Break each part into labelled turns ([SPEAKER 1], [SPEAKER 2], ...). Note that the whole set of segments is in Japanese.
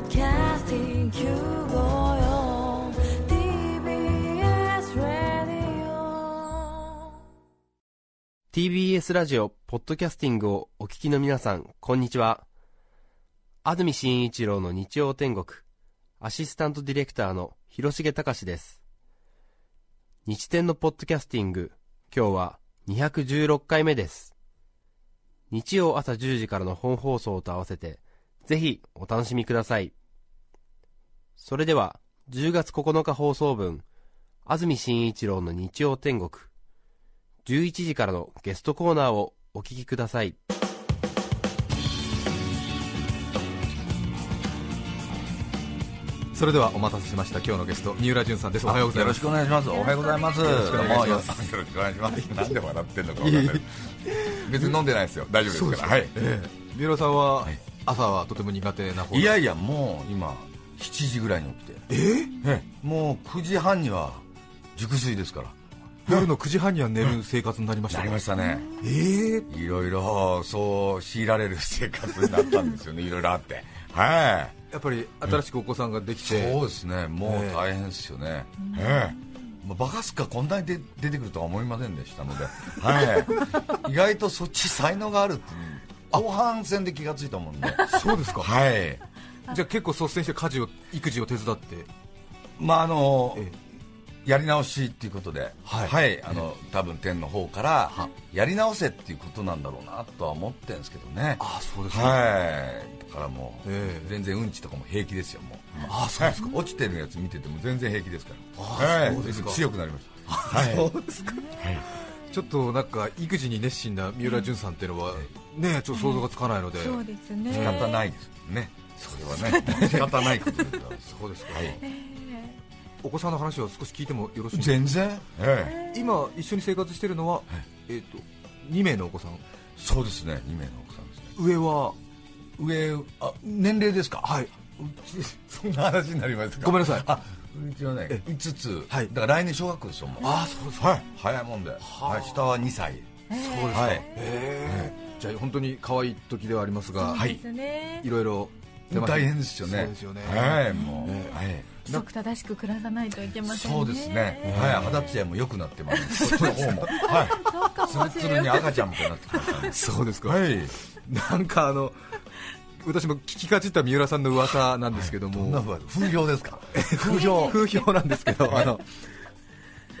[SPEAKER 1] Casting Q54 TBS Radio
[SPEAKER 2] TBS ラジオポッドキャスティングをお聞きの皆さんこんにちは安住紳一郎の日曜天国アシスタントディレクターの広重隆です日天のポッドキャスティング今日は216回目です日曜朝10時からの本放送と合わせてぜひお楽しみくださいそれでは10月9日放送分安住紳一郎の日曜天国11時からのゲストコーナーをお聞きください
[SPEAKER 3] それではお待たせしました今日のゲスト三浦淳さんですおはようござい
[SPEAKER 4] よろ
[SPEAKER 3] ます
[SPEAKER 4] しくお願いします。おはようございます。よ
[SPEAKER 3] ろしくお願いします
[SPEAKER 4] よろしくお願いします。なんで笑ってんのか分かんない。別に飲んでないですよ。大丈夫ですから。はい。
[SPEAKER 3] 三浦さんは
[SPEAKER 4] はい
[SPEAKER 3] 朝はとても苦手な方
[SPEAKER 4] いやいや、もう今7時ぐらいに起きて。ええもう9時半には熟睡ですから。
[SPEAKER 3] 夜の9時半には寝る生活になりました
[SPEAKER 4] なりましたね。
[SPEAKER 3] えー
[SPEAKER 4] いろいろそう強いられる生活になったんですよね。いろいろあって。は
[SPEAKER 3] やっぱり新しくお子さんがで
[SPEAKER 4] い。
[SPEAKER 3] き
[SPEAKER 4] そう
[SPEAKER 3] て
[SPEAKER 4] ですね。もう大変ですよね。ええ。まあバカスカこんなに出出てくるとは思いませんでしたので、はい、意外とそっち才能があるって後半戦で気がついたもんね。
[SPEAKER 3] そうですか
[SPEAKER 4] はい、
[SPEAKER 3] じゃあ結構率先して家事を育児を手伝って
[SPEAKER 4] まああの
[SPEAKER 3] え
[SPEAKER 4] やり直しっていうことで、
[SPEAKER 3] は
[SPEAKER 4] はいい、あの多分天の方からやり直せっていうことなんだろうなとは思ってるんですけどね。
[SPEAKER 3] ああそうですか
[SPEAKER 4] はい、だからもう、
[SPEAKER 3] ええ
[SPEAKER 4] 全然うんちとかも平気ですよもう。
[SPEAKER 3] ああそうですか
[SPEAKER 4] はい落ちてるやつ見てても全然平気ですから。
[SPEAKER 3] あそうですか
[SPEAKER 4] 強くなりました。はい。
[SPEAKER 3] そうですかちょっとなんか育児に熱心な三浦淳さんっていうのはねちょっと想像がつかないので
[SPEAKER 5] そうですね。
[SPEAKER 4] 仕方ないですね。それはね、仕方ないことですから。
[SPEAKER 3] そうですか
[SPEAKER 4] はい
[SPEAKER 3] お子さんの話を少し聞いてもよろしいですか
[SPEAKER 4] 全然。ええ。
[SPEAKER 3] 今一緒に生活してるのはえっと2名のお子さん
[SPEAKER 4] そうですね。二名の奥さんですね。
[SPEAKER 3] 上は
[SPEAKER 4] 上あ年齢ですかはい そんな話になりますか
[SPEAKER 3] ごめんなさい
[SPEAKER 4] あうちはね
[SPEAKER 3] え
[SPEAKER 4] 5つ、
[SPEAKER 3] はい
[SPEAKER 4] だから来年小学校ですよもう
[SPEAKER 3] ああそうです
[SPEAKER 4] はい早いもんで、はい、下は2歳そうですはい
[SPEAKER 3] ええじゃあ本当に可愛い時ではありますが、
[SPEAKER 4] はい
[SPEAKER 5] ですね
[SPEAKER 3] い。ろいろ手間
[SPEAKER 4] 大変ですよね
[SPEAKER 3] そうですよね。
[SPEAKER 4] はいもう、はい
[SPEAKER 5] 規則正しく暮らさないといけませんね。
[SPEAKER 4] そうですね、はい、肌艶も良くなってます、そっちの方も、
[SPEAKER 5] そうかも
[SPEAKER 4] はい、
[SPEAKER 5] しれない
[SPEAKER 4] ツルツルに赤ちゃんみたいになってきましたね、
[SPEAKER 3] そうですか。
[SPEAKER 4] はい、
[SPEAKER 3] なんかあの私も聞きかじった三浦さんの噂なんですけど
[SPEAKER 4] こんな
[SPEAKER 3] も、
[SPEAKER 4] ふわ風評ですか、
[SPEAKER 3] 風評風評なんですけど、あの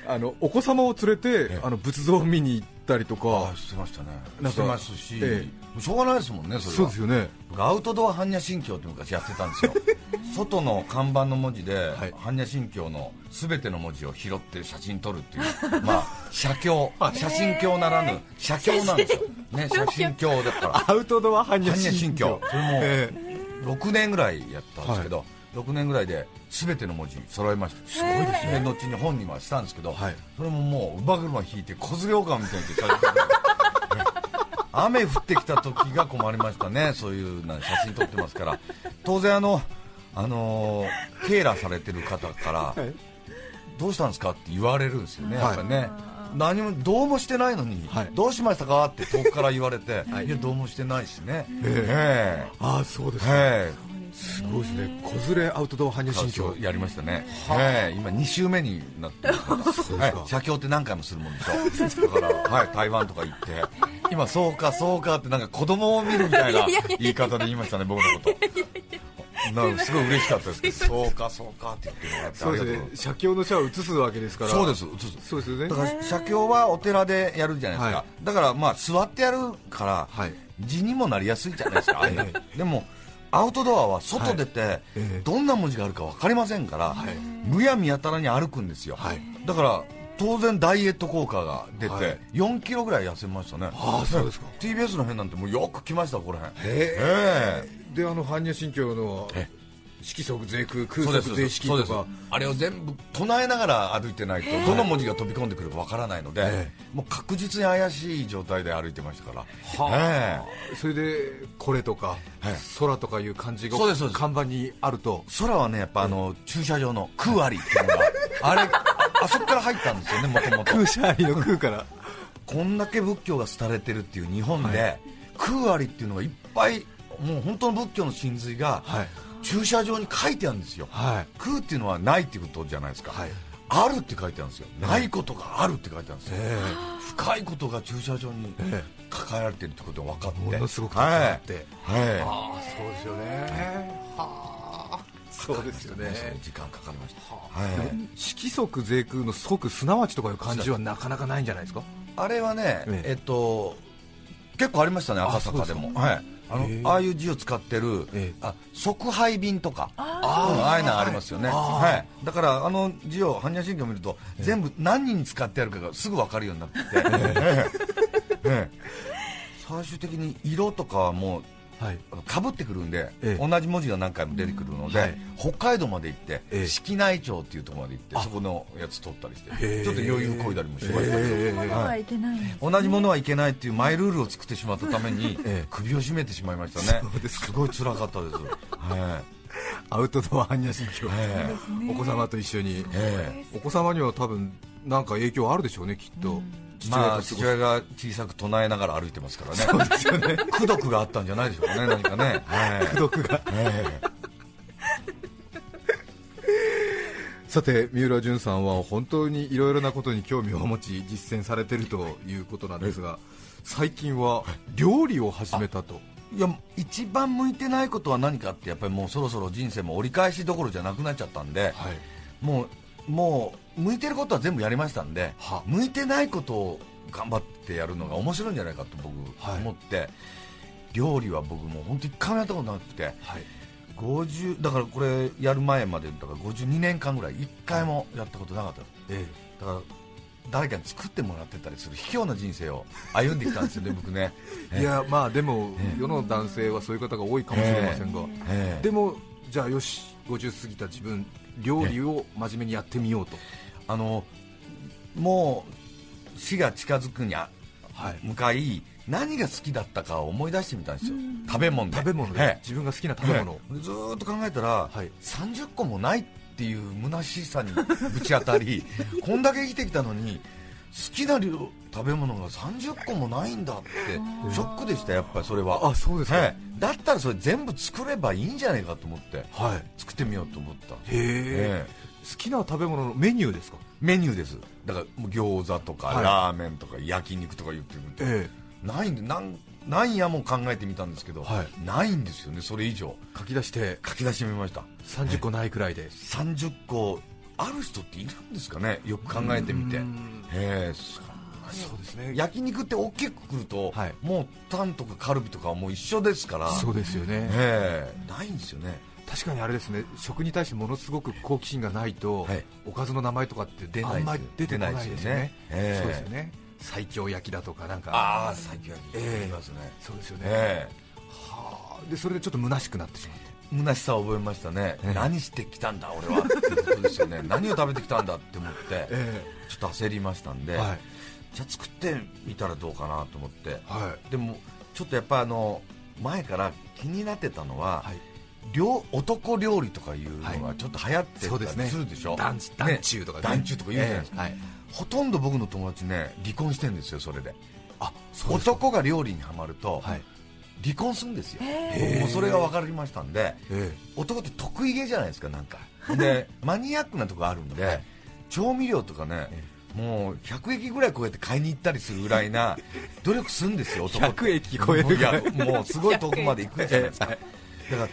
[SPEAKER 3] あのお子様を連れてあの仏像を見に行ったりとか
[SPEAKER 4] あ、してましたね、
[SPEAKER 3] なんか
[SPEAKER 4] してますし、
[SPEAKER 3] え
[SPEAKER 4] もうしょうがないですもんね、それは。
[SPEAKER 3] そうですよね。
[SPEAKER 4] 僕アウトドア般若心経って昔やってたんですよ外の看板の文字で、
[SPEAKER 3] い
[SPEAKER 4] 般若心経の全ての文字を拾って写真撮るっていうまあ写経写真経ならぬ写経なんですよ、ね、写真経だから
[SPEAKER 3] アウトドア般
[SPEAKER 4] 般
[SPEAKER 3] 若
[SPEAKER 4] 若
[SPEAKER 3] 心
[SPEAKER 4] 心
[SPEAKER 3] 経
[SPEAKER 4] 経。それも
[SPEAKER 3] え
[SPEAKER 4] 6年ぐらいやったんですけど、6年ぐらいで全ての文字揃えましたすごいですね後に本人はしたんですけど、
[SPEAKER 3] はい
[SPEAKER 4] それももう馬車引いて小連れ狼みたいに写真撮って雨降ってきた時が困りましたね、そういうな写真撮ってますから、当然あの、あのー、ケーラされてる方から、
[SPEAKER 3] い
[SPEAKER 4] どうしたんですかって言われるんですよね、
[SPEAKER 3] はい
[SPEAKER 4] やっぱりね。何もどうもしてないのに、
[SPEAKER 3] はい
[SPEAKER 4] どうしましたかって遠くから言われて、い、やどうもしてないしね、え
[SPEAKER 3] ああそうで
[SPEAKER 4] ええ
[SPEAKER 3] すごいですね。子連れアウトドア般
[SPEAKER 4] え
[SPEAKER 3] 若心経。
[SPEAKER 4] やりましたね、ええ今2週目になってます
[SPEAKER 3] う
[SPEAKER 4] か
[SPEAKER 3] で
[SPEAKER 4] ら、
[SPEAKER 3] すか
[SPEAKER 4] はい、写経って何回もするもんでしょだから、はい、台湾とか行って今そうかそうかってなんか子供を見るみたいな言い方で言いましたね僕のことなんかすごい嬉しかったですけどそうかそうかって言ってもらってあ
[SPEAKER 3] そう
[SPEAKER 4] り
[SPEAKER 3] です
[SPEAKER 4] がとう
[SPEAKER 3] ね。写経の写を写すわけですから。
[SPEAKER 4] そうですそうです
[SPEAKER 3] そうですよね
[SPEAKER 4] だ。から写経はお寺でやるじゃないですか、
[SPEAKER 3] は
[SPEAKER 4] だからまあ座ってやるから、
[SPEAKER 3] はい
[SPEAKER 4] 字にもなりやすいじゃないですか、あれ
[SPEAKER 3] え
[SPEAKER 4] でもアウトドアは外出て、
[SPEAKER 3] え
[SPEAKER 4] どんな文字があるか分かりませんか
[SPEAKER 3] は
[SPEAKER 4] ら、
[SPEAKER 3] い
[SPEAKER 4] むやみやたらに歩くんですよ、
[SPEAKER 3] はい
[SPEAKER 4] だから当然ダイエット効果が出て、
[SPEAKER 3] はい
[SPEAKER 4] 4キロぐらい痩せましたね
[SPEAKER 3] ああそうですか
[SPEAKER 4] TBS の辺なんてもうよく来ましたこれ辺
[SPEAKER 3] え
[SPEAKER 4] ええ
[SPEAKER 3] であの般若心経の
[SPEAKER 4] え
[SPEAKER 3] 色即税空空
[SPEAKER 4] そうで
[SPEAKER 3] 即税
[SPEAKER 4] す
[SPEAKER 3] 式
[SPEAKER 4] そう
[SPEAKER 3] と
[SPEAKER 4] です
[SPEAKER 3] か
[SPEAKER 4] あれを全部唱えながら歩いてないとどの文字が飛び込んでくるかわからないので、
[SPEAKER 3] え
[SPEAKER 4] もう確実に怪しい状態で歩いてましたから、ええ
[SPEAKER 3] それでこれとか
[SPEAKER 4] はい
[SPEAKER 3] 空とかいう漢字が
[SPEAKER 4] そうですそうです
[SPEAKER 3] 看板にあると
[SPEAKER 4] 空はねやっぱあの、駐車場の空ありっていうのがあれあそこから入ったんですよねもともと
[SPEAKER 3] 空車ありの空から
[SPEAKER 4] こんだけ仏教が廃れてるっていう日本で、空ありっていうのがいっぱいもう本当の仏教の真髄が、
[SPEAKER 3] はい
[SPEAKER 4] 駐車場に書いてあるんですよ、
[SPEAKER 2] はい
[SPEAKER 4] 空っていうのはないってことじゃないですか、
[SPEAKER 2] はい
[SPEAKER 4] あるって書いてあるんですよ、ないことがあるって書いてあるんですよ、深いことが駐車場に
[SPEAKER 2] え
[SPEAKER 4] 抱えられてるってことが分かって、
[SPEAKER 2] ものすごく
[SPEAKER 4] は
[SPEAKER 2] 高
[SPEAKER 4] い
[SPEAKER 2] くって、
[SPEAKER 4] は
[SPEAKER 2] ああそうですよねそうですよ
[SPEAKER 4] い、ね
[SPEAKER 2] ね
[SPEAKER 4] 時間かかりました、はい、
[SPEAKER 3] 色即税空の即すなわちとかいう漢字はなかなかないんじゃないですか
[SPEAKER 4] あれはね、
[SPEAKER 3] ええ
[SPEAKER 4] えっと、結構ありましたね、赤坂でも、はいあの
[SPEAKER 2] へえ
[SPEAKER 4] ああいう字を使ってる、
[SPEAKER 2] ええ
[SPEAKER 4] あ即配便とか、あ
[SPEAKER 2] ー
[SPEAKER 4] ああいうのありますよね、はい、だからあの字を、般若心経を見ると、全部何人に使ってあるかがすぐ分かるようになってき て、ええええ最終的に色とかはもう
[SPEAKER 2] はい
[SPEAKER 4] かぶってくるんで、
[SPEAKER 2] ええ
[SPEAKER 4] 同じ文字が何回も出てくるので、
[SPEAKER 2] はい
[SPEAKER 4] 北海道まで行って、
[SPEAKER 2] ええ
[SPEAKER 4] 敷内町っていうところまで行って、そこのやつ取ったりして、
[SPEAKER 2] え
[SPEAKER 4] ちょっと余裕こいだりもしてましたけど。
[SPEAKER 5] 同じものはいけないんです
[SPEAKER 4] 同じものはいけないっていうマイルールを作ってしまったため に
[SPEAKER 2] ええ
[SPEAKER 4] 首を絞めてしまいましたね、すごい辛かったです、 は
[SPEAKER 3] アウトドア般若心経、
[SPEAKER 4] え
[SPEAKER 3] お子様と一緒に、
[SPEAKER 4] いえ
[SPEAKER 3] お子様には多分なんか影響あるでしょうねきっと、
[SPEAKER 4] え
[SPEAKER 3] 父親
[SPEAKER 4] ま
[SPEAKER 3] と過
[SPEAKER 4] あ、
[SPEAKER 3] ご
[SPEAKER 4] 父親が小さく唱えながら歩いてますからね、 そうですよね功徳があったんじゃないでしょうかね、何かね、功徳が、 ええ
[SPEAKER 3] さて三浦淳さんは本当にいろいろなことに興味を持ち実践されてるということなんですが最近は料理を始めたと
[SPEAKER 4] いや一番向いてないことは何かって、やっぱりもうそろそろ人生も折り返しどころじゃなくなっちゃったんで、
[SPEAKER 3] はい
[SPEAKER 4] もうもう向いてることは全部やりましたんで
[SPEAKER 3] は
[SPEAKER 4] 向いてないことを頑張ってやるのが面白いんじゃないかと僕
[SPEAKER 2] はい
[SPEAKER 4] 思って、料理は僕もう本当一回もやったことなくて
[SPEAKER 2] はい
[SPEAKER 4] 50だからこれやる前までだから52年間ぐらい一回もやったことなかったです
[SPEAKER 2] え
[SPEAKER 4] だから誰かに作ってもらってたりする卑怯な人生を歩んできたんです よね僕ね、ええ
[SPEAKER 3] いやまあでも
[SPEAKER 4] ええ
[SPEAKER 3] 世の男性はそういう方が多いかもしれませんが
[SPEAKER 4] ええ
[SPEAKER 3] でもじゃあよし50過ぎた自分料理を真面目にやってみようと
[SPEAKER 4] あのもう死が近づくにあ
[SPEAKER 3] はい
[SPEAKER 4] 向かい何が好きだったかを思い出してみたんですよ、食べ物で
[SPEAKER 3] 食べ物
[SPEAKER 4] え
[SPEAKER 3] で
[SPEAKER 4] え
[SPEAKER 3] 自分が好きな食べ物を
[SPEAKER 4] ええずーっと考えたら、
[SPEAKER 3] はい
[SPEAKER 4] 30個もないっていう虚しさにぶち当 たりこんだけ生きてきたのに好きな量食べ物が30個もないんだってショックでしたやっぱりそれは
[SPEAKER 3] あそうですか
[SPEAKER 4] ええだったらそれ全部作ればいいんじゃないかと思って
[SPEAKER 3] はい
[SPEAKER 4] 作ってみようと思った
[SPEAKER 3] へえ
[SPEAKER 4] ええ
[SPEAKER 3] 好きな食べ物のメニューですか
[SPEAKER 4] メニューですだからもう餃子とか、
[SPEAKER 3] はい
[SPEAKER 4] ラーメンとか焼肉とか言ってみて、
[SPEAKER 3] え
[SPEAKER 4] ないんでなんなんやも考えてみたんですけど、
[SPEAKER 3] は
[SPEAKER 4] ないんですよねそれ以上
[SPEAKER 3] 書き出して
[SPEAKER 4] 書き出してみました
[SPEAKER 3] 30個ないくらいで
[SPEAKER 4] 30個ある人っているんですかねよく考えてみて
[SPEAKER 3] うん
[SPEAKER 4] ええそ
[SPEAKER 3] そうですね
[SPEAKER 4] 焼肉って大きくくると、
[SPEAKER 3] はい
[SPEAKER 4] もうタンとかカルビとかはもう一緒ですから
[SPEAKER 3] そうですよね
[SPEAKER 4] ええないんですよね
[SPEAKER 3] 確かにあれですね食に対してものすごく好奇心がないと、
[SPEAKER 4] はい
[SPEAKER 3] おかずの名前とかって出ない
[SPEAKER 4] あ
[SPEAKER 3] あ
[SPEAKER 4] ん
[SPEAKER 3] ん
[SPEAKER 4] ま
[SPEAKER 3] ま
[SPEAKER 4] り
[SPEAKER 3] り出てこないですよね
[SPEAKER 4] 出ないですよねええ
[SPEAKER 3] そうですよね最強焼きだとかなんか
[SPEAKER 4] ああ最近は聞いますね、
[SPEAKER 3] そうですよね、
[SPEAKER 4] ええ
[SPEAKER 3] はあでそれでちょっと虚しくなってしまって
[SPEAKER 4] 虚しさを覚えましたね、
[SPEAKER 3] ええ
[SPEAKER 4] 何してきたんだ俺はってことですよね何を食べてきたんだって思って、
[SPEAKER 3] え
[SPEAKER 4] ちょっと焦りましたんで、
[SPEAKER 3] はい
[SPEAKER 4] じゃあ作ってみたらどうかなと思って
[SPEAKER 3] は
[SPEAKER 4] でもちょっとやっぱあの前から気になってたのは、
[SPEAKER 3] はい
[SPEAKER 4] 料男料理とかいうのがちょっと流行って
[SPEAKER 3] そうです
[SPEAKER 4] たり
[SPEAKER 3] ね
[SPEAKER 4] するでしょ、
[SPEAKER 3] 団地団中とかね
[SPEAKER 4] 団中とか言うじゃないですか、
[SPEAKER 3] ええはい
[SPEAKER 4] ほとんど僕の友達ね離婚してるんですよそれで
[SPEAKER 3] あそうですか
[SPEAKER 4] 男が料理にはまると、
[SPEAKER 3] はい
[SPEAKER 4] 離婚するんですよ、
[SPEAKER 5] へ
[SPEAKER 3] ー
[SPEAKER 4] もうそれが分かりましたんで、
[SPEAKER 3] え
[SPEAKER 4] 男って得意げじゃないですか、な んか、でマニアックなとこあるんで、調味料とかね、もう100駅ぐらいこうやって買いに行ったりするぐら いな努力するんですよ、男って
[SPEAKER 3] 100駅超える
[SPEAKER 4] い
[SPEAKER 3] ぐら
[SPEAKER 4] や
[SPEAKER 3] い
[SPEAKER 4] もうすごい遠くまで行くじゃないで すか、だから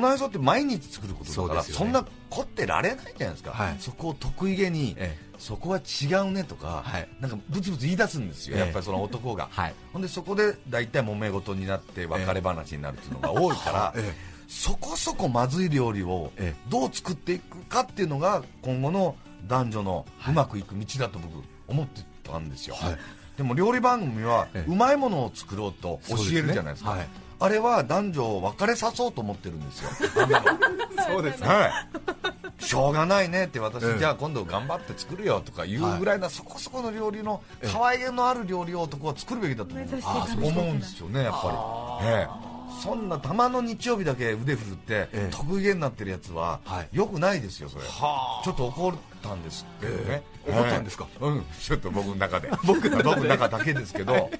[SPEAKER 4] 同じ人って毎日作ることだから、
[SPEAKER 3] そうです
[SPEAKER 4] そ
[SPEAKER 3] よね
[SPEAKER 4] んな凝ってられないじゃないですか、
[SPEAKER 3] はい
[SPEAKER 4] そこを得意げに、
[SPEAKER 3] ええ
[SPEAKER 4] そこは違うねとか、
[SPEAKER 3] はい
[SPEAKER 4] なんかブツブツ言い出すんですよ、
[SPEAKER 3] ええ
[SPEAKER 4] やっぱりその男 が。
[SPEAKER 3] はい
[SPEAKER 4] ほんでそこで大体揉め事になって別れ話になるっていうのが多いから、
[SPEAKER 3] ええ
[SPEAKER 4] そこそこまずい料理を
[SPEAKER 3] え
[SPEAKER 4] どう作っていくかっていうのが今後の男女のうまくいく道だと僕思ってたんですよ、
[SPEAKER 3] はい
[SPEAKER 4] でも料理番組は
[SPEAKER 3] ええ
[SPEAKER 4] うまいものを作ろうと教えるじゃないですか
[SPEAKER 3] そうですねはい
[SPEAKER 4] あれは男女を別れさそうと思ってるんですよ男女は
[SPEAKER 3] そうですね
[SPEAKER 4] はい、しょうがないねって私、
[SPEAKER 3] ええ
[SPEAKER 4] じゃあ今度頑張って作るよとか言うぐらいな、そこそこの料理の可愛げのある料理を男は作るべきだと思う
[SPEAKER 5] 目指していかなきゃいけない
[SPEAKER 4] 思うんですよね、やっぱり。ええそんなたまの日曜日だけ腕振るって、
[SPEAKER 3] ええ
[SPEAKER 4] 得意げになってるやつは、
[SPEAKER 3] はい
[SPEAKER 4] よくないですよ、それ、ちょっと怒ったんですけどね、
[SPEAKER 3] ええ怒ったんですか
[SPEAKER 4] はいうん、ちょっと僕の中で、僕の中だけですけど、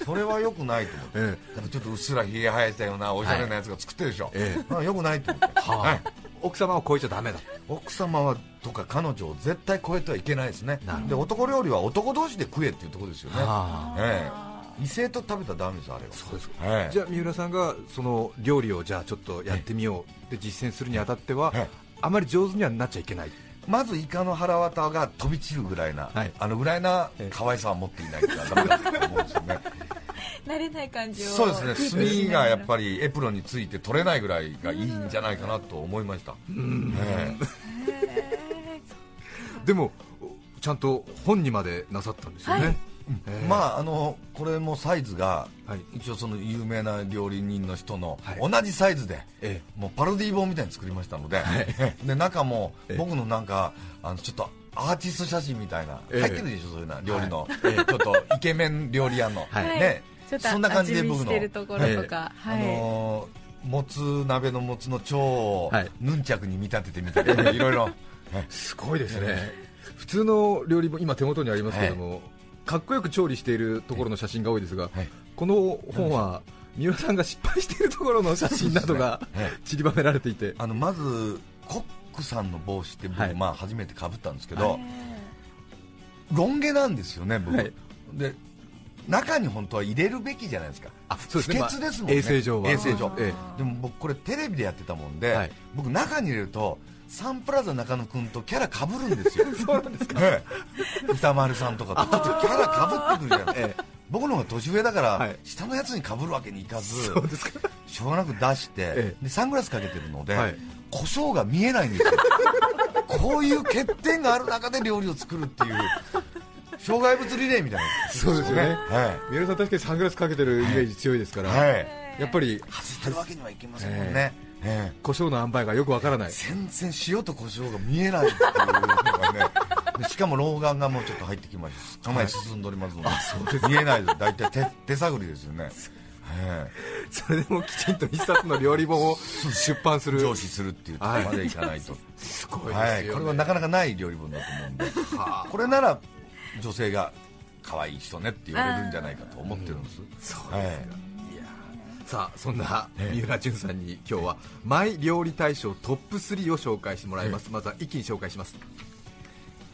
[SPEAKER 4] そそれはよくないと思って、
[SPEAKER 3] え
[SPEAKER 4] やっぱちょっとうっすらひげ生えたようなおしゃれなやつが作ってるでしょ、
[SPEAKER 3] ええ
[SPEAKER 4] まあよくないと思って、はい、
[SPEAKER 3] 奥様を超えちゃダメだ
[SPEAKER 4] 奥様はとか彼女を絶対超えてはいけないですね
[SPEAKER 3] なるほど
[SPEAKER 4] で男料理は男同士で食えっていうところですよね、
[SPEAKER 3] あ
[SPEAKER 4] ええ、異性と食べたらダメですあれは
[SPEAKER 3] そうですか、
[SPEAKER 4] ええ
[SPEAKER 3] じゃあ三浦さんがその料理をじゃあちょっとやってみようで実践するにあたっては、
[SPEAKER 4] ええ
[SPEAKER 3] あまり上手にはなっちゃいけない
[SPEAKER 4] まずイカの腹渡が飛び散るぐらいな、
[SPEAKER 3] はい
[SPEAKER 4] あのぐらいな可愛さは持っていないからダメだと思うんですよね
[SPEAKER 5] 慣れない感じを
[SPEAKER 4] そうです
[SPEAKER 5] キープし
[SPEAKER 4] ね炭
[SPEAKER 5] なが
[SPEAKER 4] が
[SPEAKER 5] ら
[SPEAKER 4] やっぱりエプロンについて取れないぐらいがいいんじゃないかなと思いました、ええ
[SPEAKER 3] でもおちゃんと本にまでなさったんですよね、
[SPEAKER 5] はい
[SPEAKER 3] ええ
[SPEAKER 4] まああのこれもサイズが、
[SPEAKER 3] はい
[SPEAKER 4] 一応その有名な料理人の人の
[SPEAKER 3] はい
[SPEAKER 4] 同じサイズで、
[SPEAKER 3] え
[SPEAKER 4] もうパロディ本みたいに作りましたので、で中も
[SPEAKER 3] ええ
[SPEAKER 4] 僕のなんかあのちょっとアーティスト写真みたいな、
[SPEAKER 3] ええ
[SPEAKER 4] 入ってるでしょそういうな料理の、ちょっとイケメン料理屋の、
[SPEAKER 5] はい
[SPEAKER 4] ね
[SPEAKER 5] ちょっと
[SPEAKER 4] そんな感じで
[SPEAKER 5] 味見
[SPEAKER 4] 僕
[SPEAKER 5] し
[SPEAKER 4] の
[SPEAKER 5] てるところとか、
[SPEAKER 4] あ
[SPEAKER 5] はい、
[SPEAKER 4] のーもつ鍋のもつの蝶を
[SPEAKER 3] はい
[SPEAKER 4] ヌンチャクに見立ててみたりとかいろいろ。
[SPEAKER 3] すごいですね普通の料理本今手元にありますけども、かっこよく調理しているところの写真が多いですが、
[SPEAKER 4] はい
[SPEAKER 3] この本は三浦さんが失敗しているところの写真などが
[SPEAKER 4] そうですねえ
[SPEAKER 3] 散りばめられていて
[SPEAKER 4] あのまずコックさんの帽子って僕、
[SPEAKER 3] はい
[SPEAKER 4] まあ初めてかぶったんですけど、ロン毛なんですよね僕、
[SPEAKER 3] はい
[SPEAKER 4] で中に本当は入れるべきじゃないですか
[SPEAKER 3] あそうですね
[SPEAKER 4] 不潔です
[SPEAKER 3] ま
[SPEAKER 4] もん
[SPEAKER 3] あ
[SPEAKER 4] ね
[SPEAKER 3] 衛生上は
[SPEAKER 4] 衛生上
[SPEAKER 3] え
[SPEAKER 4] でも僕これテレビでやってたもんで、
[SPEAKER 3] はい
[SPEAKER 4] 僕中に入れるとサンプラザ中野君とキャラかぶるん ですよそうなんですか、ええ歌丸さんとかとちょっとキャラかぶってくるじゃない、
[SPEAKER 3] ええ
[SPEAKER 4] 僕の方が年上だか
[SPEAKER 3] は
[SPEAKER 4] ら
[SPEAKER 3] い
[SPEAKER 4] 下のやつにかぶるわけにいかず、
[SPEAKER 3] そうですか
[SPEAKER 4] しょうがなく出して、
[SPEAKER 3] ええ
[SPEAKER 4] でサングラスかけてるので、
[SPEAKER 3] はい
[SPEAKER 4] 胡椒が見えないんですよ こういう欠点がある中で料理を作るっていう障害物リレーみたいな
[SPEAKER 3] そうですよね
[SPEAKER 4] は
[SPEAKER 3] 三浦さん確かにサングラスかけてるイメージ強いですか
[SPEAKER 4] い、
[SPEAKER 3] ら、
[SPEAKER 4] はい、
[SPEAKER 3] やっぱり
[SPEAKER 4] 外れるわけにはいきませんもんね、ええ
[SPEAKER 3] 胡椒の塩梅がよくわ からない
[SPEAKER 4] 全然塩と胡椒が見えないっていうのがねでしかも老眼がもうちょっと入ってきましたかなり進んでおりますので,、見えないです大体手手探りですよね、え
[SPEAKER 3] それでもきちんと一冊の料理本を出版す
[SPEAKER 4] え
[SPEAKER 3] る
[SPEAKER 4] 上司するっていうところまでいかないと、
[SPEAKER 3] すごい
[SPEAKER 4] は
[SPEAKER 3] で
[SPEAKER 4] い、
[SPEAKER 3] すよ、ね
[SPEAKER 4] これはなかなかない料理本だと思うんで、これなら女性が可愛い人ねって言われるんじゃないかと思ってるんです、
[SPEAKER 3] そう
[SPEAKER 4] はい
[SPEAKER 3] ですか、い、やーさあそんな三浦淳さんに今日はマイ料理大賞トップ3を紹介してもらいます、まずは一気に紹介します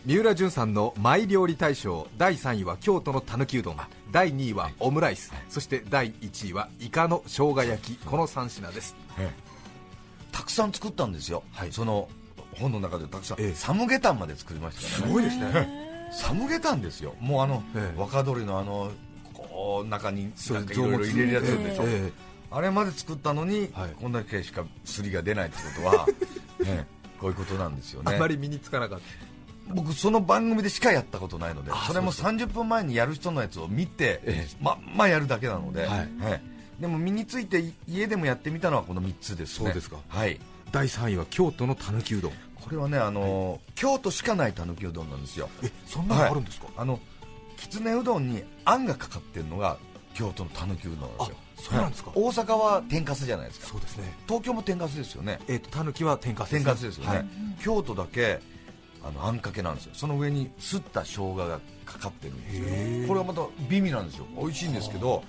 [SPEAKER 3] 三浦淳さんのマイ料理大賞第3位は京都のたぬきうどん第2位はオムライスそして第1位はイカの生姜焼きこの3品です
[SPEAKER 4] たくさん作ったんですよ、
[SPEAKER 3] はい
[SPEAKER 4] その本の中でたくさん、
[SPEAKER 3] ええ
[SPEAKER 4] サムゲタンまで作りましたからね
[SPEAKER 3] ごいですね
[SPEAKER 4] サムゲタンですよもうあの、
[SPEAKER 3] ええ
[SPEAKER 4] 若鶏のあのこう中に
[SPEAKER 3] そう
[SPEAKER 4] なんかいろいろ入れるやつでしょ、
[SPEAKER 3] ええ
[SPEAKER 4] あれまで作ったのに、
[SPEAKER 3] はい
[SPEAKER 4] こんだけしかすりが出ないってこ とは、ねこういうことなんですよね
[SPEAKER 3] あまり身につかなかった
[SPEAKER 4] 僕その番組でしかやったことないので
[SPEAKER 3] あ
[SPEAKER 4] それも
[SPEAKER 3] そう
[SPEAKER 4] 30分前にやる人のやつを見て、
[SPEAKER 3] ええ
[SPEAKER 4] まんまやるだけなので、
[SPEAKER 3] はい
[SPEAKER 4] ええでも身について家でもやってみたのはこの3つですね
[SPEAKER 3] そうですか
[SPEAKER 4] はい
[SPEAKER 3] 第3位は京都のたぬきうどん
[SPEAKER 4] これはねあの、京都しかないたぬきうどんなんですよ
[SPEAKER 3] えそんですか、
[SPEAKER 4] あのきつねうどんにあんがかかってるのが京都のたぬきうどんなんですよ
[SPEAKER 3] あそうなんですか
[SPEAKER 4] はい大阪は天かすじゃないですか
[SPEAKER 3] そうですね
[SPEAKER 4] 東京も天かすですよね
[SPEAKER 3] えっ、とたぬきは天かす
[SPEAKER 4] 天かすですよね、
[SPEAKER 3] はい
[SPEAKER 4] 京都だけあのあんかけなんですよその上にすった生姜がかかってるんです
[SPEAKER 3] へー
[SPEAKER 4] よこれはまた美味なんですよ美味しいんですけど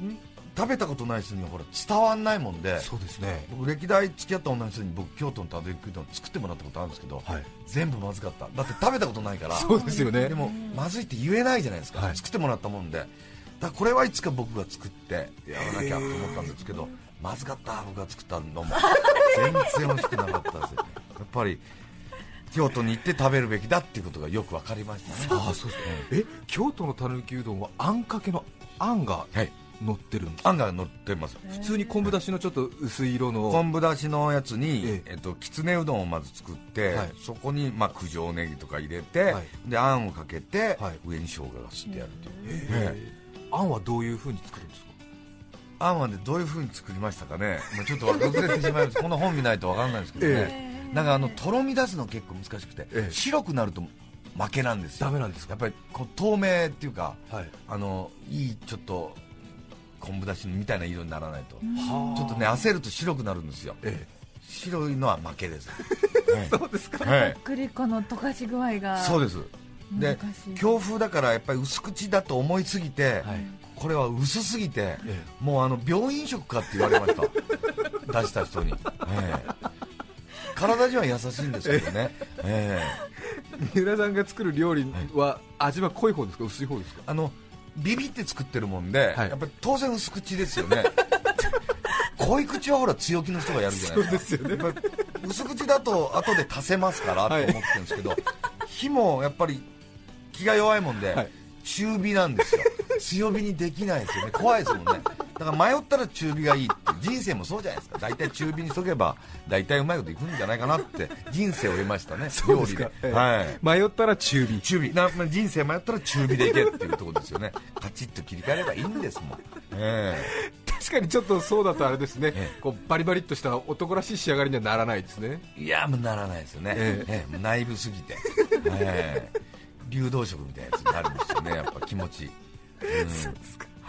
[SPEAKER 4] ん食べたことない人にはほら伝わんないもんで
[SPEAKER 3] そうですね
[SPEAKER 4] 僕歴代付き合った女の人に僕京都のたどり食いの作ってもらったことあるんですけど、
[SPEAKER 3] はい
[SPEAKER 4] 全部まずかっただって食べたことないから
[SPEAKER 3] そうですよね
[SPEAKER 4] でもまずいって言えないじゃないですか、
[SPEAKER 3] はい
[SPEAKER 4] 作ってもらったもんでだからこれはいつか僕が作ってやらなきゃと思ったんですけどまずかった僕が作ったのも全然美味しくなかったですよねやっぱり京都に行って食べるべきだっていうことがよく分かりましたね
[SPEAKER 3] ああそうですねえ京都のたぬきうどんはあんかけのあんが
[SPEAKER 4] はい
[SPEAKER 3] 乗ってるんですか、
[SPEAKER 4] あんが乗ってます
[SPEAKER 3] 普通に昆布だしのちょっと薄い色の
[SPEAKER 4] 昆布だしのやつに、
[SPEAKER 3] え
[SPEAKER 4] え
[SPEAKER 3] え
[SPEAKER 4] っと、きつねうどんをまず作って、
[SPEAKER 3] はい
[SPEAKER 4] そこに、まあ、九条ネギとか入れて、
[SPEAKER 3] はい
[SPEAKER 4] であんをかけて、
[SPEAKER 3] はい
[SPEAKER 4] 上に生姜がすってやるという、
[SPEAKER 3] え
[SPEAKER 4] ええ
[SPEAKER 3] ーあんはどういう風に作るんですか
[SPEAKER 4] あんはねどういうふうに作りましたかねもうちょっと忘れてしまいますこの本見ないと分からないですけどね、なんかあのとろみ出すの結構難しくて、
[SPEAKER 3] ええ
[SPEAKER 4] 白くなると負けなんですよ
[SPEAKER 3] ダメなんですか
[SPEAKER 4] やっぱりこう透明っていうか、
[SPEAKER 3] はい
[SPEAKER 4] あのいいちょっと昆布だしみたいな色にならないと、
[SPEAKER 3] は
[SPEAKER 4] ちょっとね焦ると白くなるんですよ、
[SPEAKER 3] え
[SPEAKER 4] 白いのは負 けです、そうですか、
[SPEAKER 5] グリコの溶かし具合が
[SPEAKER 4] そうですで
[SPEAKER 5] 難しい
[SPEAKER 4] 強風だからやっぱり薄口だと思いすぎて、
[SPEAKER 3] はい
[SPEAKER 4] これは薄すぎて、もうあの病院食かって言われました出した人に、ええ体には優しいんですけどね、ええ
[SPEAKER 3] 三浦さんが作る料理は味は濃い方ですか薄い方 ですか
[SPEAKER 4] あのビビって作ってるもんで、
[SPEAKER 3] はい
[SPEAKER 4] やっぱり当然薄口ですよね濃い口はほら強気の人がやるじゃないですかやっぱり薄口だと後で足せますからと思ってるんですけど、火もやっぱり気が弱いもんで、
[SPEAKER 3] はい
[SPEAKER 4] 中火なんですよ強火にできないですよね怖いですもんねだから迷ったら中火がいいって人生もそうじゃないですか大体中火にしとけば大体うまいこといくんじゃないかなって人生を得ましたね料理で、はい
[SPEAKER 3] 迷ったら中火
[SPEAKER 4] 中火なまあ人生迷ったら中火でいけっていうところですよねカチッと切り替えればいいんですもん、え
[SPEAKER 3] 確かにちょっとそうだとあれですね
[SPEAKER 4] え
[SPEAKER 3] こうバリバリっとした男らしい仕上がりにはならないですね
[SPEAKER 4] えいやもうならないですよね、
[SPEAKER 3] え
[SPEAKER 4] ええ内部すぎ て、ええ流動食みたいなやつになるんですよねやっぱ気持ち、うん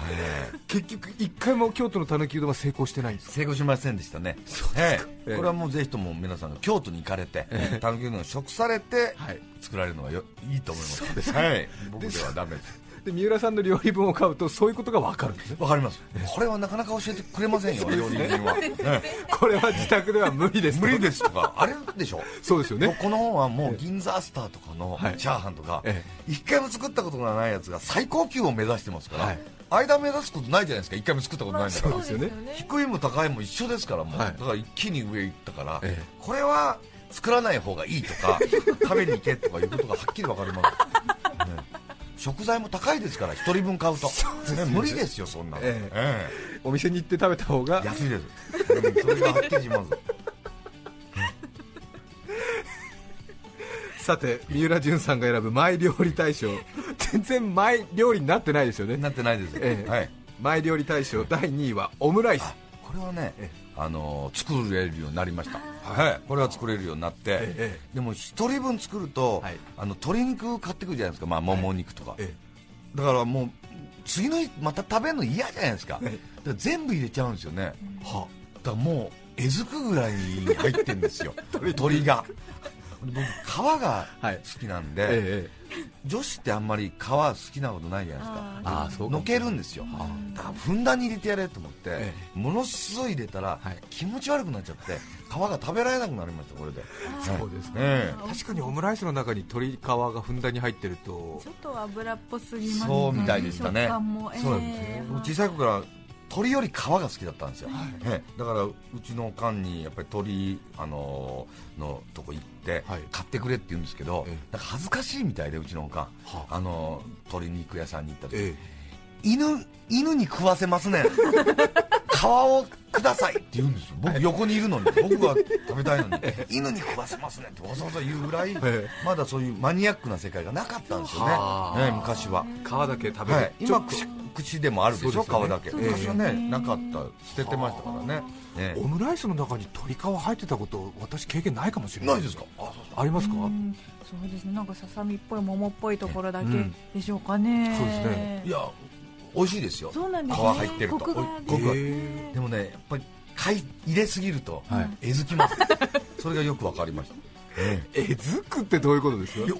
[SPEAKER 4] ええ
[SPEAKER 3] 結局一回も京都のたぬきうどんは成功してないんです
[SPEAKER 4] 成功しませんでしたねえ
[SPEAKER 3] ええ
[SPEAKER 4] えこれはもうぜひとも皆さんが京都に行かれてたぬきうどんを食されて
[SPEAKER 3] はい
[SPEAKER 4] 作られるのがよいいと思いますはい、僕ではダメです
[SPEAKER 3] で三浦さんの料理本を買うとそういうことがわかるんですね
[SPEAKER 4] わかりますこれはなかなか教えてくれませんよ料理人は、 ええ
[SPEAKER 3] これは自宅では無理ですと
[SPEAKER 4] 無理ですとか、あれでしょ、
[SPEAKER 3] そうですよね
[SPEAKER 4] この本はもう銀座スターとかの
[SPEAKER 3] はい
[SPEAKER 4] チャーハンとか
[SPEAKER 3] え、
[SPEAKER 4] 一回も作ったことがないやつが最高級を目指してますか
[SPEAKER 3] はい
[SPEAKER 4] ら、間目指すことないじゃないですか、一回も作ったことないんだ
[SPEAKER 3] そ
[SPEAKER 4] から
[SPEAKER 3] うで、すよね
[SPEAKER 4] 低いも高いも一緒ですから、もう
[SPEAKER 3] はい
[SPEAKER 4] だから一気に上行ったから
[SPEAKER 3] ええ、
[SPEAKER 4] これは作らない方がいいと か、食べに行けとかいうことがはっきり分かります。ね食材も高いですから、一人分買うと、ね無理ですよ、そんなの。
[SPEAKER 3] ええ
[SPEAKER 4] ええ
[SPEAKER 3] お店に行って食べた方が
[SPEAKER 4] 安いです、うんそれがはっきりします。
[SPEAKER 3] さて三浦淳さんが選ぶマイ料理大賞全然マイ料理になってないですよね
[SPEAKER 4] なってないです、
[SPEAKER 3] ええ
[SPEAKER 4] はい、
[SPEAKER 3] マイ料理大賞第2位はオムライス
[SPEAKER 4] これはね
[SPEAKER 3] え、
[SPEAKER 4] あのー作れるようになりました、はい、これは作れるようになって、
[SPEAKER 3] え
[SPEAKER 4] でも一人分作ると、
[SPEAKER 3] はい
[SPEAKER 4] あの鶏肉買ってくるじゃないですか、まあ、もも肉とか、
[SPEAKER 3] え
[SPEAKER 4] だからもう次の日また食べるの嫌じゃないですか,、
[SPEAKER 3] ええ
[SPEAKER 4] だから全部入れちゃうんですよね、
[SPEAKER 3] は
[SPEAKER 4] だからもうえずくぐらいに入ってるんです よ鶏が僕皮が
[SPEAKER 3] はい
[SPEAKER 4] 好きなんで、
[SPEAKER 3] ええ
[SPEAKER 4] 女子ってあんまり皮好きなことないじゃないですか
[SPEAKER 5] あ
[SPEAKER 3] ああそうか
[SPEAKER 4] のけるんですよだからふんだんに入れてやれと思って、
[SPEAKER 3] え
[SPEAKER 4] ものすごい入れたら、
[SPEAKER 3] はい
[SPEAKER 4] 気持ち悪くなっちゃって皮が食べられなくなりましたこれで、はい
[SPEAKER 3] そうですね
[SPEAKER 4] ええ
[SPEAKER 3] 確かにオムライスの中に鶏皮がふんだんに入ってると
[SPEAKER 5] ちょっと油っぽすぎますね
[SPEAKER 4] そうみたいでしたね
[SPEAKER 5] 食感もえ
[SPEAKER 4] そうなんです
[SPEAKER 5] え
[SPEAKER 4] 僕小さい頃から鳥より皮が好きだったんですよ、ええだからうちのおかんにやっぱり鳥、あのーのとこ行って
[SPEAKER 3] はい
[SPEAKER 4] 買ってくれって言うんですけど、
[SPEAKER 3] ええ
[SPEAKER 4] なんか恥ずかしいみたいでうちのおかん、
[SPEAKER 3] は
[SPEAKER 4] あのー鶏肉屋さんに行った時、
[SPEAKER 3] え
[SPEAKER 4] 犬犬に食わせま すねん皮をくださいって言うんですよ僕横にいる のに僕が食べたいのに犬に食わせますねってわざわざ言うぐらい
[SPEAKER 3] え
[SPEAKER 4] まだそういうマニアックな世界がなかったんですよね
[SPEAKER 3] はあ
[SPEAKER 4] ね昔は、
[SPEAKER 3] え皮だけ食べる、
[SPEAKER 4] はい、
[SPEAKER 3] ちょ
[SPEAKER 4] 今
[SPEAKER 3] っと
[SPEAKER 4] 口口でもあるでし
[SPEAKER 3] そう
[SPEAKER 4] ょ
[SPEAKER 3] で
[SPEAKER 4] 皮
[SPEAKER 3] すよね
[SPEAKER 4] だけ
[SPEAKER 3] そうです
[SPEAKER 4] 昔
[SPEAKER 3] よ
[SPEAKER 4] は
[SPEAKER 3] ね
[SPEAKER 4] ねなかった捨ててましたからねね
[SPEAKER 2] オムライスの中に鶏皮入ってたこと私経験ないかもしれない
[SPEAKER 4] ないですかあそう
[SPEAKER 2] ありますか
[SPEAKER 5] うんそうですねなんかささみっぽい桃っぽいところだけ
[SPEAKER 4] うん
[SPEAKER 5] でしょうかね、
[SPEAKER 3] そうですね
[SPEAKER 4] いや美味しいですよ
[SPEAKER 5] そうなんですね
[SPEAKER 4] 皮入ってると
[SPEAKER 5] コクがある
[SPEAKER 4] ごく
[SPEAKER 3] へ
[SPEAKER 4] でもねやっぱり買い入れすぎると、
[SPEAKER 3] はい
[SPEAKER 4] えずきますそれがよくわかりました、え
[SPEAKER 3] えずくってどういうことですか
[SPEAKER 4] えよっ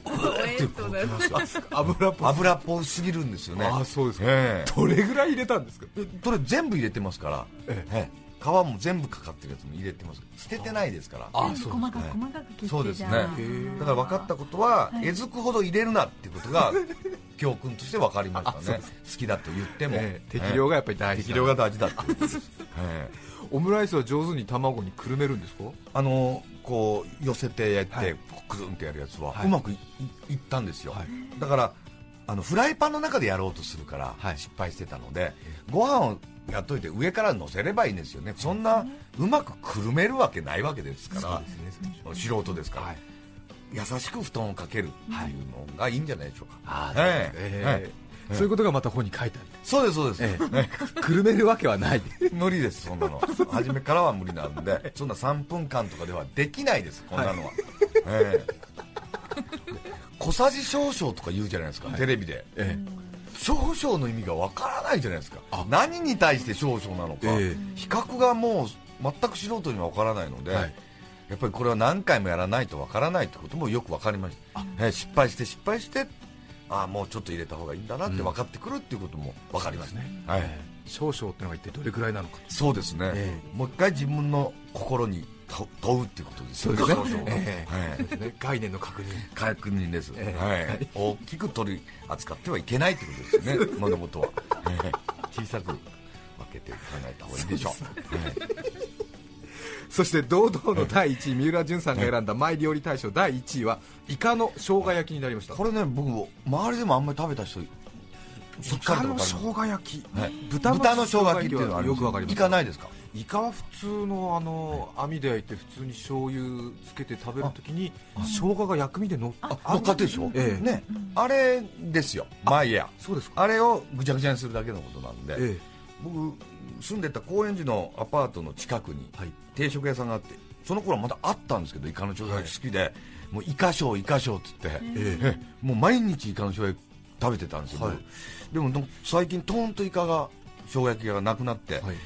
[SPEAKER 4] てこうきました
[SPEAKER 3] 油っぽい
[SPEAKER 4] 油っぽすぎるんですよね
[SPEAKER 3] ああそうですか、
[SPEAKER 4] え
[SPEAKER 3] どれぐらい入れたんですか
[SPEAKER 4] えこれ全部入れてますから、
[SPEAKER 3] え
[SPEAKER 4] ええ皮も全部かかってるやつも入れてます捨ててないですから
[SPEAKER 3] あ
[SPEAKER 5] 全部
[SPEAKER 3] そうですね
[SPEAKER 5] 細かく細かく切
[SPEAKER 4] そう
[SPEAKER 5] って
[SPEAKER 4] で
[SPEAKER 5] じ
[SPEAKER 4] す
[SPEAKER 5] ゃ
[SPEAKER 4] ね
[SPEAKER 5] あ
[SPEAKER 4] へ
[SPEAKER 3] え
[SPEAKER 4] だから分かったことは、
[SPEAKER 5] はい
[SPEAKER 4] えずくほど入れるなっていうこ とが教訓として分かりました
[SPEAKER 3] あそう
[SPEAKER 4] ね
[SPEAKER 3] で
[SPEAKER 4] 好きだと言っても、
[SPEAKER 3] ええ適量がやっぱり
[SPEAKER 4] ええ
[SPEAKER 3] 大事
[SPEAKER 4] 適量が大事だってことです、ええ
[SPEAKER 3] オムライスは上手に卵にくるめるんですか
[SPEAKER 4] あのこう寄せてやって、
[SPEAKER 3] はい
[SPEAKER 4] くるんってやるやつは、
[SPEAKER 3] はいう
[SPEAKER 4] まくいいいったんですよ、
[SPEAKER 3] はい
[SPEAKER 4] だからあのフライパンの中でやろうとするから、
[SPEAKER 3] はい
[SPEAKER 4] 失敗してたのでご飯をやっといて上から乗せればいいんですよねそんなうまくくるめるわけないわけですから素人ですから、
[SPEAKER 3] はい
[SPEAKER 4] 優しく布団をかけるっていうのがいいんじゃないでしょうか、
[SPEAKER 3] あ
[SPEAKER 4] ええ
[SPEAKER 3] え
[SPEAKER 4] ええ
[SPEAKER 3] えそういうことがまた本に書いてある
[SPEAKER 4] そうですそうです、ね
[SPEAKER 3] くるめるわけはない
[SPEAKER 4] 無理ですそんなの初めからは無理なんでそんな3分間とかではできないですこんなのは、ええ小さじ少々とか言うじゃないですか、テレビで
[SPEAKER 3] え
[SPEAKER 4] 少々の意味がわからないじゃないですか何に対して少々なのか、
[SPEAKER 3] ええ
[SPEAKER 4] 比較がもう全く素人にはわからないので、
[SPEAKER 3] はい
[SPEAKER 4] やっぱりこれは何回もやらないとわからないってこともよくわかりました、ええ失敗して失敗してああもうちょっと入れた方がいいんだなって分かってくるっていうことも分かりますね、はい
[SPEAKER 3] 少々ってのが一体どれくらいなのか
[SPEAKER 4] そうですね、
[SPEAKER 3] え
[SPEAKER 4] もう一回自分の心に問問うっていうことですよね
[SPEAKER 3] そうです
[SPEAKER 4] 少
[SPEAKER 3] ね
[SPEAKER 4] 々
[SPEAKER 3] ええ
[SPEAKER 4] はい
[SPEAKER 3] ね概念の確認
[SPEAKER 4] 確認です、
[SPEAKER 3] ええ
[SPEAKER 4] はい、大きく取り扱ってはいけないってことですよね物事は、はい小さく分けて考えた方がいいでしょうはい
[SPEAKER 3] そして堂々の第1位三浦淳さんが選んだマイ料理大賞第1位はイカの生姜焼きになりました
[SPEAKER 4] これね僕周りでもあんまり食べた人そっかり
[SPEAKER 3] イカ
[SPEAKER 4] と
[SPEAKER 3] の
[SPEAKER 4] か
[SPEAKER 3] 生姜焼き、
[SPEAKER 4] はい
[SPEAKER 3] 豚の
[SPEAKER 4] 豚の生姜焼きっていうのはあ
[SPEAKER 3] は
[SPEAKER 4] り
[SPEAKER 3] よ
[SPEAKER 4] ます
[SPEAKER 3] くわかります
[SPEAKER 4] いかないですか
[SPEAKER 3] イカは普通のあの網で焼いて普通に醤油つけて食べるときに生姜が薬味での
[SPEAKER 4] あ乗っかってるでしょ、
[SPEAKER 3] ええ
[SPEAKER 4] ねあれですよ毎夜
[SPEAKER 3] そうですか
[SPEAKER 4] あれをぐちゃぐちゃにするだけのことなんで、
[SPEAKER 3] え
[SPEAKER 4] 僕住んでた高円寺のアパートの近くに
[SPEAKER 3] はい
[SPEAKER 4] 定食屋さんがあってその頃はまだあったんですけどイカの生姜焼き好きで、もうイカショーイカショーっつって、
[SPEAKER 3] ええ
[SPEAKER 4] ええもう毎日イカの生姜焼き食べてたんですよ、
[SPEAKER 3] はい
[SPEAKER 4] でもなんか最近トーンとイカが生姜焼きがなくなって、
[SPEAKER 3] えはい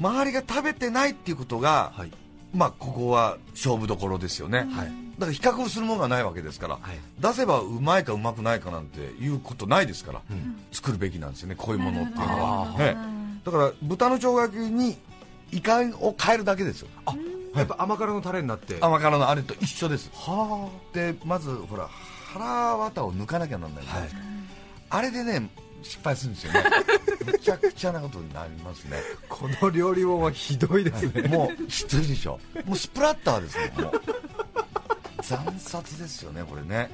[SPEAKER 4] 周りが食べてないっていうことが、
[SPEAKER 3] はい
[SPEAKER 4] まあ、ここは勝負どころですよね、
[SPEAKER 3] はい
[SPEAKER 4] だから比較をするものがないわけですから、
[SPEAKER 3] はい
[SPEAKER 4] 出せばうまいかうまくないかなんていうことないですから、作るべきなんですよねこういうものっていうのは、ええだから豚の生姜焼きにイカを変えるだけですよ
[SPEAKER 3] あやっぱ甘辛のタレになって
[SPEAKER 4] 甘辛のあれと一緒です
[SPEAKER 3] は
[SPEAKER 4] でまずほら腹綿を抜かなきゃなんないじゃないですか、あれでね失敗するんですよねむちゃくちゃなことになりますね
[SPEAKER 3] あこの料理本はひどいですね
[SPEAKER 4] もうきついでしょもうスプラッターですよもう惨殺ですよねこれね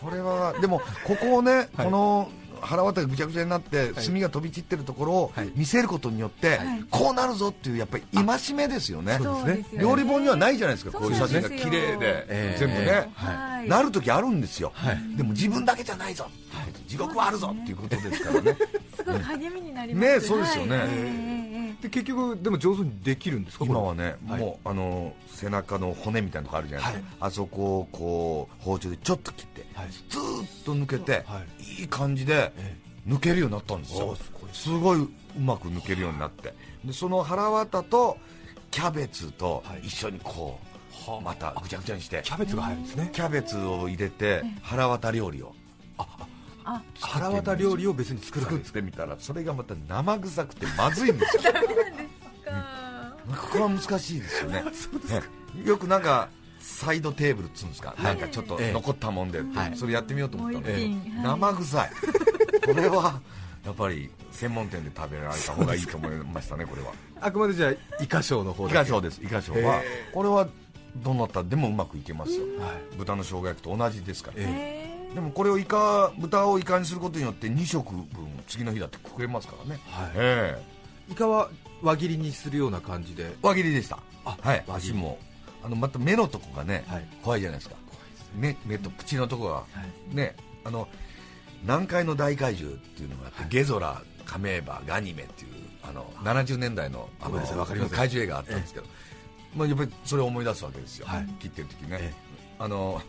[SPEAKER 4] これはでもここをね、この腹渡がぐちゃぐちゃになって炭が飛び散ってるところを
[SPEAKER 3] はい
[SPEAKER 4] 見せることによって、
[SPEAKER 5] はい
[SPEAKER 4] こうなるぞっていうやっぱり戒めですよね
[SPEAKER 5] そうですよね
[SPEAKER 4] 料理本にはないじゃないですか
[SPEAKER 5] そう
[SPEAKER 4] こういう
[SPEAKER 5] な
[SPEAKER 4] 写
[SPEAKER 5] んです
[SPEAKER 4] 真
[SPEAKER 5] よ
[SPEAKER 4] が綺麗で、
[SPEAKER 3] ええ
[SPEAKER 4] 全部ね、
[SPEAKER 5] はい
[SPEAKER 4] なる時あるんですよ、
[SPEAKER 3] はい
[SPEAKER 4] でも自分だけじゃないぞ、地獄はあるぞっていうことですからね
[SPEAKER 5] すごい励みになります
[SPEAKER 4] ねそうですよね
[SPEAKER 5] はいええええ
[SPEAKER 3] で結局でも上手にできるんですか
[SPEAKER 4] 今はね、
[SPEAKER 3] はい
[SPEAKER 4] もうあの背中の骨みたいなとこあるじゃないですか、あそこをこう包丁でちょっと切って、
[SPEAKER 3] はい
[SPEAKER 4] ずーっと抜けて、、
[SPEAKER 3] はい
[SPEAKER 4] い感じで抜けるようになったんです
[SPEAKER 3] お
[SPEAKER 4] よ
[SPEAKER 3] ーすごい
[SPEAKER 4] すごいうまく抜けるようになってでその腹綿とキャベツと
[SPEAKER 3] はい
[SPEAKER 4] 一緒にこう、
[SPEAKER 3] はあ
[SPEAKER 4] またぐちゃぐちゃにして
[SPEAKER 3] キャベツが入るんですね
[SPEAKER 4] キャベツを入れて腹綿料理を
[SPEAKER 5] あ
[SPEAKER 3] 腹渡料理を別に作るわ
[SPEAKER 4] 作
[SPEAKER 3] け
[SPEAKER 4] っ
[SPEAKER 3] です
[SPEAKER 4] てみたらそれがまた生臭くてまずい んですよ
[SPEAKER 5] か
[SPEAKER 4] ここは難しいですよねねよくなんかサイドテーブルっつうんですか、なんかちょっと
[SPEAKER 3] ええ
[SPEAKER 4] 残ったもんでって、
[SPEAKER 3] はい
[SPEAKER 4] それやってみようと思ったんで、
[SPEAKER 5] もう一品
[SPEAKER 4] ええ
[SPEAKER 5] はい
[SPEAKER 4] 生臭いこれはやっぱり専門店で食べられた方がいいと思いましたねこれは
[SPEAKER 3] あくまでじゃあイカショーの方
[SPEAKER 4] イ
[SPEAKER 3] で
[SPEAKER 4] カショーですイカショーは、
[SPEAKER 3] え
[SPEAKER 4] これはどうなったらでもうまくいけますよ、
[SPEAKER 3] は
[SPEAKER 4] 豚の生姜焼きと同じですから、
[SPEAKER 3] え
[SPEAKER 5] え
[SPEAKER 4] でもこれをイカ豚をイカにすることによって2食分次の日だって食えますからね、
[SPEAKER 3] はい
[SPEAKER 4] ええ
[SPEAKER 3] イカは輪切りにするような感じで
[SPEAKER 4] 輪切りでした
[SPEAKER 3] あ
[SPEAKER 4] はい
[SPEAKER 3] 輪切り
[SPEAKER 4] 足もあのまた目のとこがね、
[SPEAKER 3] はい
[SPEAKER 4] 怖いじゃないですか目目と口のとこが、
[SPEAKER 3] い
[SPEAKER 4] ねあの南海の大怪獣っていうのがあって、ゲゾラカメーバガニメっていうあの70年代のあ
[SPEAKER 3] ごめん
[SPEAKER 4] の
[SPEAKER 3] なさいわかりません
[SPEAKER 4] 怪獣映画あったんですけど、まあ、やっぱりそれを思い出すわけですよ、
[SPEAKER 3] はい
[SPEAKER 4] 切ってる時ね、
[SPEAKER 3] え
[SPEAKER 4] あの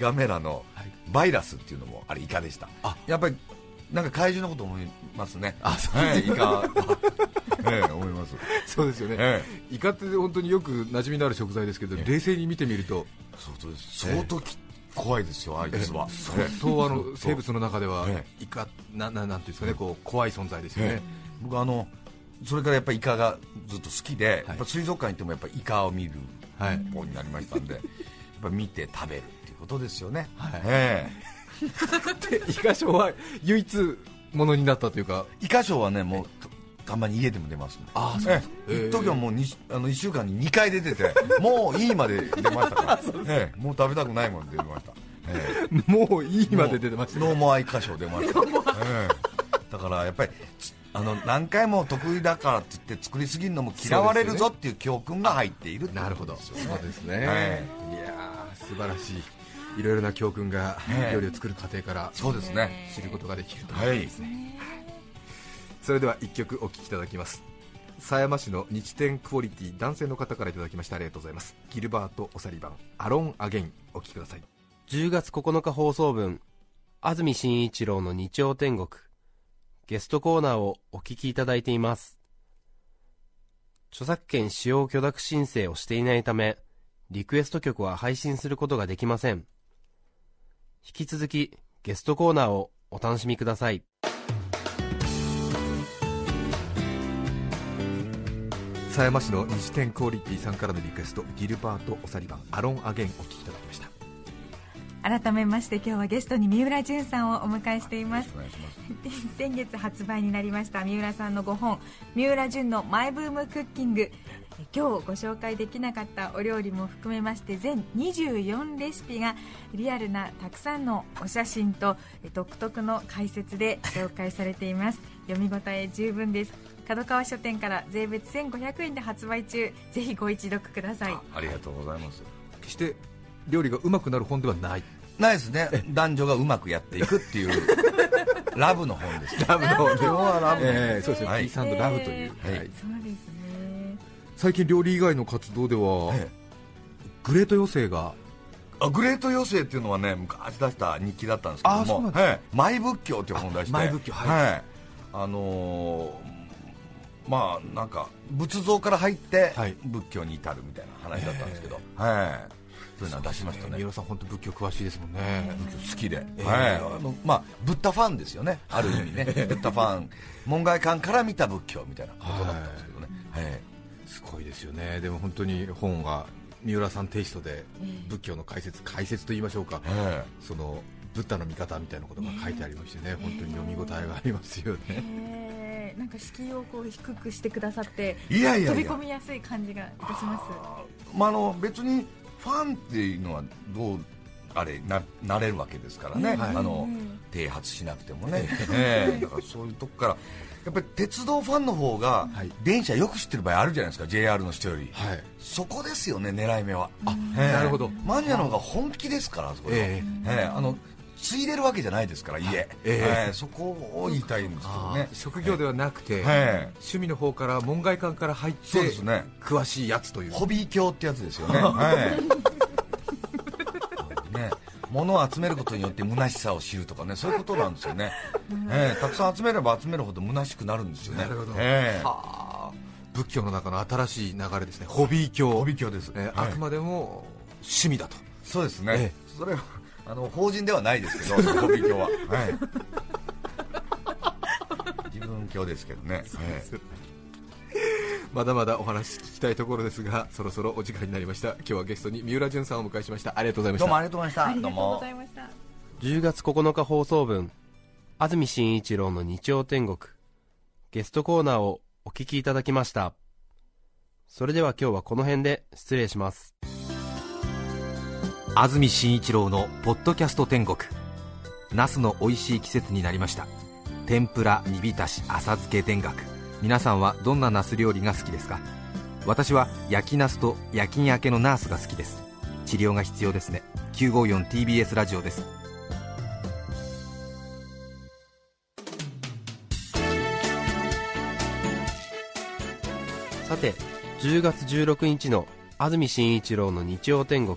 [SPEAKER 4] ガメラの
[SPEAKER 3] はい
[SPEAKER 4] バイラスっていうのもあれイカでした、
[SPEAKER 3] あ
[SPEAKER 4] やっぱりなんか怪獣のこと思いますね
[SPEAKER 3] あそう
[SPEAKER 4] はい、イカは、 ええ思います
[SPEAKER 3] そうですよね、
[SPEAKER 4] え
[SPEAKER 3] イカって本当によく馴染みのある食材ですけど、冷静に見てみると、
[SPEAKER 4] 相当です相当き、怖いですよあいつは、
[SPEAKER 3] 相当あの生物
[SPEAKER 4] の
[SPEAKER 3] の中では
[SPEAKER 4] え
[SPEAKER 3] イカなななんていうんですかね、こう怖い存在ですよね。
[SPEAKER 4] 僕あのそれからやっぱりイカがずっと好きで、
[SPEAKER 3] い
[SPEAKER 4] やっぱ水族館行ってもやっぱイカを見る
[SPEAKER 3] はい
[SPEAKER 4] 方になりまし たんで、やっぱ見て食べるっていうことですよね、
[SPEAKER 3] はい
[SPEAKER 4] え
[SPEAKER 3] で イカショーは唯一ものになったというか、
[SPEAKER 4] えイカショーはねもうたたまに家でも出ますんで
[SPEAKER 3] ああそう
[SPEAKER 4] え
[SPEAKER 3] ええ
[SPEAKER 4] え一時はもうにあの1週間に2回出てて、もういいまで出ました から、ええもう食べたくないもん出ました、ええ
[SPEAKER 3] もういいまで出てました
[SPEAKER 4] ノー
[SPEAKER 3] ね、
[SPEAKER 4] モアイカ賞出ました、ええだからやっぱりつあの何回も得意だからって言って作りすぎるのも嫌われるぞっていう教訓が入っているって
[SPEAKER 3] なる
[SPEAKER 4] こ
[SPEAKER 3] ほ
[SPEAKER 4] と
[SPEAKER 3] ど、
[SPEAKER 4] です
[SPEAKER 3] そ
[SPEAKER 4] よ
[SPEAKER 3] うですね、、
[SPEAKER 4] はい
[SPEAKER 3] やー、素晴らしい、いろいろな教訓が
[SPEAKER 4] ええ
[SPEAKER 3] 料理を作る過程から
[SPEAKER 4] そうですね
[SPEAKER 3] 知ることができると思います
[SPEAKER 4] はい
[SPEAKER 3] それでは一曲お聴きいただきます狭山市の日展クオリティ男性の方からいただきましたありがとうございますギルバート・オサリバンアロン・アゲインお聴きください
[SPEAKER 2] 10月9日放送分安住紳一郎の日曜天国ゲストコーナーをお聞きいただいています著作権使用許諾申請をしていないためリクエスト曲は配信することができません引き続きゲストコーナーをお楽しみください
[SPEAKER 3] 狭山市の西天クオリティさんからのリクエストギルバート・オサリバンアロン・アゲインお聴きいただきました
[SPEAKER 6] 改めまして今日はゲストに三浦淳さんをお迎えしています
[SPEAKER 4] お願いします。
[SPEAKER 6] 先月発売になりました三浦さんの5本「三浦淳のマイブームクッキング」今日ご紹介できなかったお料理も含めまして全24レシピがリアルなたくさんのお写真とえ独特の解説で紹介されています読み応え十分です角川書店から税別1500円で発売中ぜひご一読ください
[SPEAKER 4] ありがとうございます。
[SPEAKER 3] 決して料理がうまくなる本ではない
[SPEAKER 4] ないですね。男女がうまくやっていくっていうラブの本ですね。
[SPEAKER 3] ラブの
[SPEAKER 4] 今日はラブ。
[SPEAKER 3] えーそうですね、
[SPEAKER 4] はい
[SPEAKER 3] P さんとラブという、
[SPEAKER 4] はい
[SPEAKER 3] はい
[SPEAKER 6] そうですね
[SPEAKER 3] 最近料理以外の活動では、
[SPEAKER 4] ええ
[SPEAKER 3] グレート養成が
[SPEAKER 4] あグレート余生っていうのはね昔出した日記だったんですけ
[SPEAKER 3] あそ
[SPEAKER 4] ど
[SPEAKER 3] うなん
[SPEAKER 4] も
[SPEAKER 3] で
[SPEAKER 4] ええ「マイ仏教」っていう本出して
[SPEAKER 3] あマイ仏教はい
[SPEAKER 4] はいあのーまあなんか仏像から入って
[SPEAKER 3] はい
[SPEAKER 4] 仏教に至るみたいな話だったんですけど、はいそういうのは出しましたね
[SPEAKER 3] 三浦さん本当仏教詳しいですもんね、
[SPEAKER 4] 好きで、
[SPEAKER 3] え
[SPEAKER 4] はいあのまあ、ブッダファンですよね、ある意 味ね、ブッダファン、門外漢から見た仏教みたいなことだったんですけどね、はい
[SPEAKER 3] すごいですよねでも本当に本が三浦さんテイストで仏教の解説解説と言いましょうか、
[SPEAKER 4] え
[SPEAKER 3] そのブッダの見方みたいなことが書いてありましてね、本当に読み応えがありますよね、
[SPEAKER 5] えーなんか敷居をこう低くしてくださって
[SPEAKER 4] えいやいや
[SPEAKER 5] 飛び
[SPEAKER 4] いや
[SPEAKER 5] 込、みやすい感じがいたしま
[SPEAKER 4] まあ、あの別にファンっていうのはどうあれななれるわけですからね、あの啓発しなくても ね、ええだからそういうとこから、やっぱり鉄道ファンの方が
[SPEAKER 3] はい
[SPEAKER 4] 電車よく知ってる場合あるじゃないですか、JR の人より。
[SPEAKER 3] はい
[SPEAKER 4] そこですよね、狙い目は。
[SPEAKER 3] ええなるほど
[SPEAKER 4] マニアの方が本気ですから、あそこでは
[SPEAKER 3] え
[SPEAKER 4] ええあのついでるわけじゃないですから、家、ええそこを言いたいんですけどね、
[SPEAKER 3] 職業ではなくて、
[SPEAKER 4] ええ
[SPEAKER 3] 趣味の方から門外漢から入って
[SPEAKER 4] そうですね
[SPEAKER 3] 詳しいやつという
[SPEAKER 4] ホビー教ってやつですよね。ええね物を集めることによって虚しさを知るとかねそういうことなんですよね、ええたくさん集めれば集めるほど虚しくなるんですよね
[SPEAKER 3] なるほど
[SPEAKER 4] ええ
[SPEAKER 3] はあ仏教の中の新しい流れですねホビー教
[SPEAKER 4] ホビー教です
[SPEAKER 3] えー
[SPEAKER 4] はい
[SPEAKER 3] あくまでも趣味だと
[SPEAKER 4] そうですね、
[SPEAKER 3] え
[SPEAKER 4] それはあの法人ではないですけど、そのホビー教は、はい、自分教ですけどね、ええ
[SPEAKER 3] まだまだお話聞きたいところですがそろそろお時間になりました今日はゲストに三浦淳さんをお迎えしましたありがとうございまし
[SPEAKER 4] どう
[SPEAKER 3] た
[SPEAKER 4] もありがとうございました、
[SPEAKER 5] すあ
[SPEAKER 4] どう
[SPEAKER 5] りがとう
[SPEAKER 4] も
[SPEAKER 5] ございました
[SPEAKER 2] 10月9日放送分安住紳一郎の日曜天国ゲストコーナーをお聞きいただきましたそれでは今日はこの辺で失礼します
[SPEAKER 3] 安住紳一郎の「ポッドキャスト天国」ナスの美味しい季節になりました天ぷら煮浸し浅漬け田楽皆さんはどんなナス料理が好きですか私は焼きナスと夜勤明けのナースが好きです治療が必要ですね 954TBS ラジオです
[SPEAKER 2] さて10月16日の安住紳一郎の日曜天国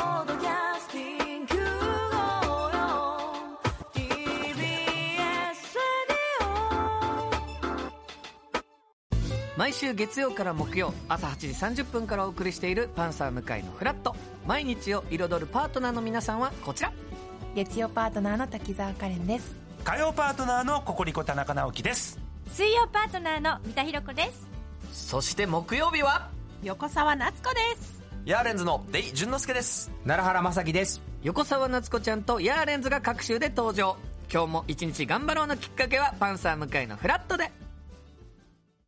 [SPEAKER 1] ドキャスティング954 TBS ラジオ」
[SPEAKER 7] 毎週月曜から木曜朝8時30分からお送りしている「パンサー向井のフラット」毎日を彩るパートナーの皆さんはこちら
[SPEAKER 6] 月曜パートナーの滝沢カレンです
[SPEAKER 8] 火曜パートナーのココリコ田中直樹です
[SPEAKER 9] 水曜パートナーの三田寛子です
[SPEAKER 7] そして木曜日は
[SPEAKER 9] 横澤夏子です
[SPEAKER 10] ヤーレンズのデイ淳之介です奈良原まさきです
[SPEAKER 7] 横澤夏子ちゃんとヤーレンズが各週で登場今日も一日頑張ろうのきっかけは「パンサー向井のフラットで」